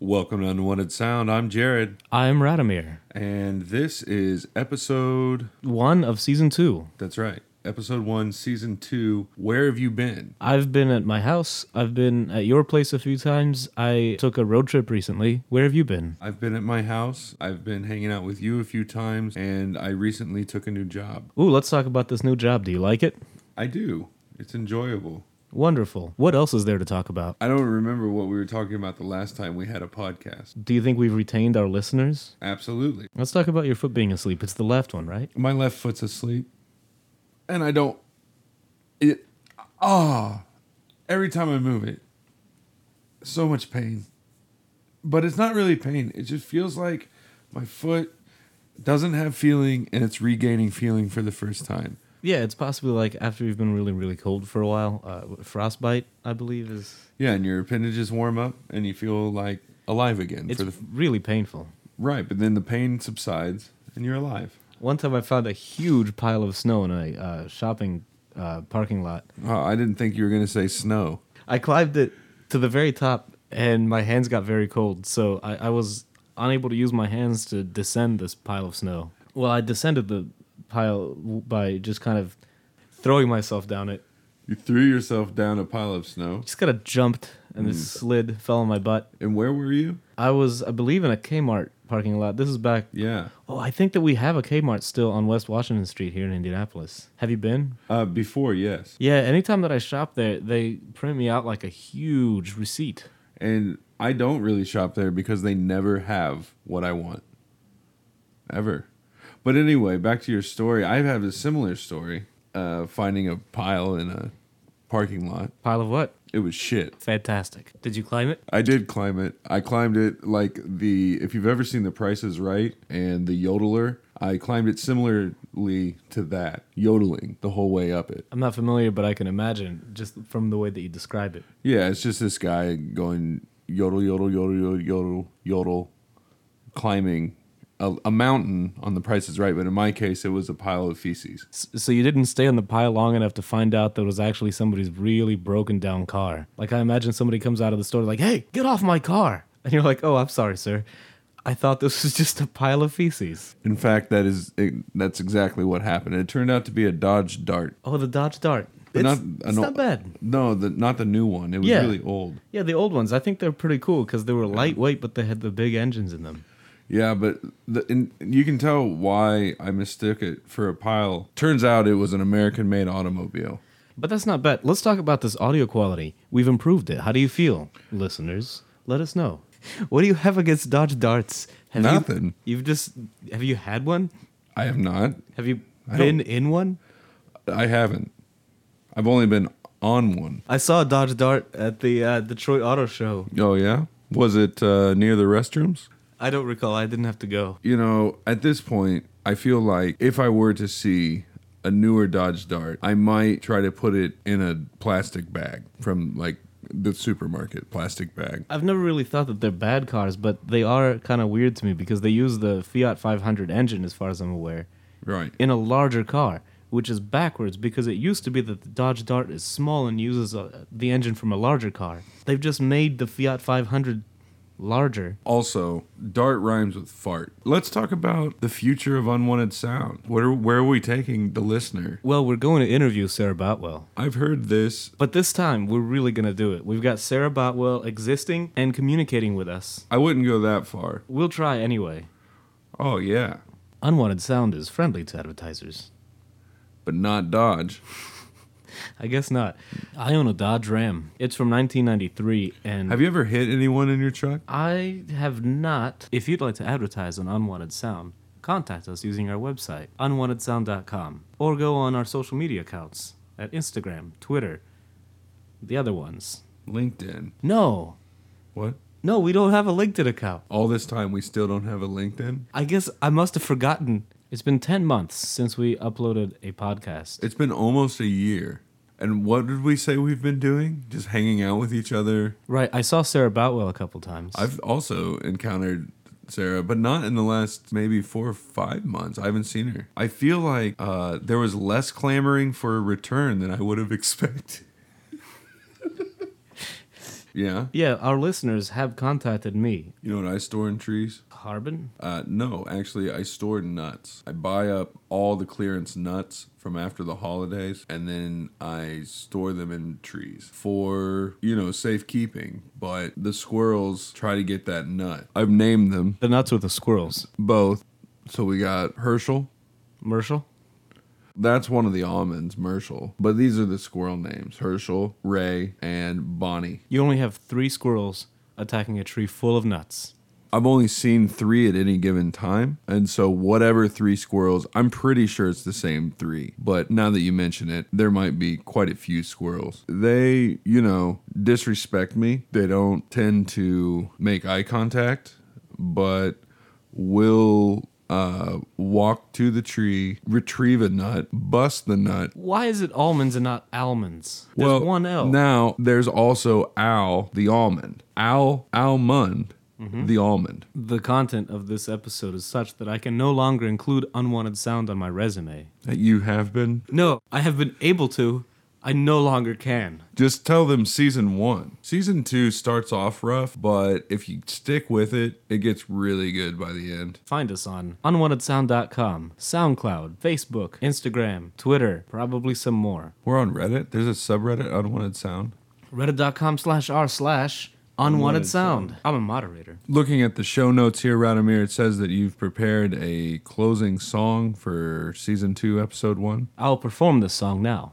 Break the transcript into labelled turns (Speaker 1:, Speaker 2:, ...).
Speaker 1: Welcome to Unwanted Sound. I'm Jared,
Speaker 2: I'm Radomir,
Speaker 1: and this is episode.
Speaker 2: one of season two.
Speaker 1: That's right, episode one, season two. Where have you been?
Speaker 2: I've been at my house. I've been at your place a few times. I took a road trip recently. Where have you been?
Speaker 1: I've been at my house. I've been hanging out with you a few times, and I recently took a new job.
Speaker 2: Ooh, let's talk about this new job. Do you like it?
Speaker 1: I do. It's enjoyable.
Speaker 2: Wonderful. What else is there to talk about?
Speaker 1: I don't remember what we were talking about the last time we had a podcast.
Speaker 2: Do you think we've retained our listeners?
Speaker 1: Absolutely.
Speaker 2: Let's talk about your foot being asleep. It's the left one, right?
Speaker 1: My left foot's asleep, and I don't. It. Ah. every time I move it, so much pain. But it's not really pain. It just feels like my foot doesn't have feeling and it's regaining feeling for the first time.
Speaker 2: Yeah, it's possibly like after you've been really, really cold for a while. Uh, frostbite, I believe, is
Speaker 1: Yeah, and your appendages warm up and you feel like alive again.
Speaker 2: it's
Speaker 1: For the,
Speaker 2: really painful.
Speaker 1: right, but then the pain subsides and you're alive.
Speaker 2: One time I found a huge pile of snow in a uh, shopping uh, parking lot.
Speaker 1: Oh, I didn't think you were going to say snow.
Speaker 2: I climbed it to the very top, and my hands got very cold, so I, I was unable to use my hands to descend this pile of snow. Well, I descended the pile w- by just kind of throwing myself down it.
Speaker 1: You threw yourself down a pile of snow.
Speaker 2: Just kind of jumped and this slid, fell on my butt.
Speaker 1: And where were you?
Speaker 2: I was, I believe, in a Kmart parking lot. This is back.
Speaker 1: Yeah.
Speaker 2: Oh, I think that we have a Kmart still on West Washington Street here in Indianapolis. Have you been?
Speaker 1: Uh, before, yes.
Speaker 2: Yeah, anytime that I shop there, they print me out like a huge receipt.
Speaker 1: And I don't really shop there because they never have what I want. Ever. But anyway, back to your story. I have a similar story uh, finding a pile in a parking lot.
Speaker 2: Pile of what?
Speaker 1: It was shit.
Speaker 2: Fantastic. Did you climb it?
Speaker 1: I did climb it. I climbed it like the, if you've ever seen The Price is Right and The Yodeler, I climbed it similarly to that, yodeling the whole way up it.
Speaker 2: I'm not familiar, but I can imagine just from the way that you describe it.
Speaker 1: Yeah, it's just this guy going yodel, yodel, yodel, yodel, yodel, yodel climbing a, a mountain on the Price is Right. But in my case, it was a pile of feces.
Speaker 2: S- So you didn't stay on the pile long enough to find out that it was actually somebody's really broken down car. Like I imagine somebody comes out of the store like, "Hey, get off my car!" and you're like, "Oh, I'm sorry, sir. I thought this was just a pile of feces."
Speaker 1: In fact, that is it, that's exactly what happened. It turned out to be a Dodge Dart.
Speaker 2: Oh, the Dodge Dart. It's
Speaker 1: But
Speaker 2: not,
Speaker 1: an
Speaker 2: it's
Speaker 1: ol-
Speaker 2: not bad.
Speaker 1: No, the, not the new one. It was
Speaker 2: Yeah.
Speaker 1: really old.
Speaker 2: Yeah, the old ones. I think they're pretty cool because they were lightweight, but they had the big engines in them.
Speaker 1: Yeah, but the, and you can tell why I mistook it for a pile. Turns out it was an American-made automobile.
Speaker 2: But that's not bad. Let's talk about this audio quality. We've improved it. How do you feel, listeners? Let us know. What do you have against Dodge Darts? Have you-
Speaker 1: Nothing.
Speaker 2: you've just have you had one?
Speaker 1: I have not.
Speaker 2: Have you
Speaker 1: I
Speaker 2: been in one?
Speaker 1: I haven't. I've only been on one.
Speaker 2: I saw a Dodge Dart at the uh, Detroit Auto Show.
Speaker 1: Oh yeah, was it uh, near the restrooms?
Speaker 2: I don't recall. I didn't have to go.
Speaker 1: You know, at this point, I feel like if I were to see a newer Dodge Dart, I might try to put it in a plastic bag from like the supermarket plastic bag.
Speaker 2: I've never really thought that they're bad cars, but they are kind of weird to me because they use the Fiat 500 engine, as far as I'm aware,
Speaker 1: Right.
Speaker 2: in a larger car, which is backwards because it used to be that the Dodge Dart is small and uses uh the engine from a larger car. They've just made the Fiat 500 larger.
Speaker 1: Also, Dart rhymes with fart. Let's talk about the future of unwanted sound. Where where are we taking the listener?
Speaker 2: Well, we're going to interview Sarah Botwell.
Speaker 1: I've heard this.
Speaker 2: But this time, we're really going to do it. We've got Sarah Botwell existing and communicating with us.
Speaker 1: I wouldn't go that far.
Speaker 2: We'll try anyway.
Speaker 1: Oh yeah,
Speaker 2: Unwanted sound is friendly to advertisers.
Speaker 1: but not Dodge.
Speaker 2: I guess not. I own a Dodge Ram. It's from 1993, and
Speaker 1: Have you ever hit anyone in your truck?
Speaker 2: I have not. If you'd like to advertise on Unwanted Sound, contact us using our website, unwantedsound.com, or go on our social media accounts at Instagram, Twitter, the other ones.
Speaker 1: LinkedIn.
Speaker 2: No,
Speaker 1: What?
Speaker 2: no, we don't have a LinkedIn account.
Speaker 1: All this time, we still don't have a LinkedIn.
Speaker 2: I guess I must have forgotten. It's been 10 months since we uploaded a podcast.
Speaker 1: It's been almost a year. And what did we say we've been doing? Just hanging out with each other.
Speaker 2: Right, I saw Sarah Botwell a couple times.
Speaker 1: I've also encountered Sarah, but not in the last maybe four or five months. I haven't seen her. I feel like uh, there was less clamoring for a return than I would have expected. Yeah.
Speaker 2: Yeah, our listeners have contacted me.
Speaker 1: You know what I store in trees?
Speaker 2: Harbin?
Speaker 1: Uh, no, actually, I store nuts. I buy up all the clearance nuts from after the holidays, and then I store them in trees for you know safekeeping. But the squirrels try to get that nut. I've named them
Speaker 2: The nuts with the squirrels.
Speaker 1: both. So we got Herschel.
Speaker 2: Marshall?
Speaker 1: That's one of the almonds, Merschel. But these are the squirrel names: Herschel, Ray, and Bonnie.
Speaker 2: You only have three squirrels attacking a tree full of nuts.
Speaker 1: I've only seen three at any given time. And so, whatever three squirrels, I'm pretty sure it's the same three. But now that you mention it, there might be quite a few squirrels. They, you know, disrespect me. They don't tend to make eye contact, but will uh, walk to the tree, retrieve a nut, bust the nut,
Speaker 2: Why is it almonds and not almonds? There's one L.
Speaker 1: Now there's also Al the almond. Al almond
Speaker 2: Mm-hmm.
Speaker 1: the almond.
Speaker 2: the content of this episode is such that I can no longer include unwanted sound on my resume.
Speaker 1: That you have been.
Speaker 2: No, I have been able to. I no longer can.
Speaker 1: Just tell them season one. Season two starts off rough, but if you stick with it, it gets really good by the end.
Speaker 2: Find us on unwantedsound.com, SoundCloud, Facebook, Instagram, Twitter, probably some more.
Speaker 1: We're on Reddit. There's a subreddit, Unwanted Sound.
Speaker 2: Reddit.com slash r slash unwanted sound. I'm a moderator.
Speaker 1: Looking at the show notes here, Radomir, it says that you've prepared a closing song for season two, episode one.
Speaker 2: I'll perform this song now.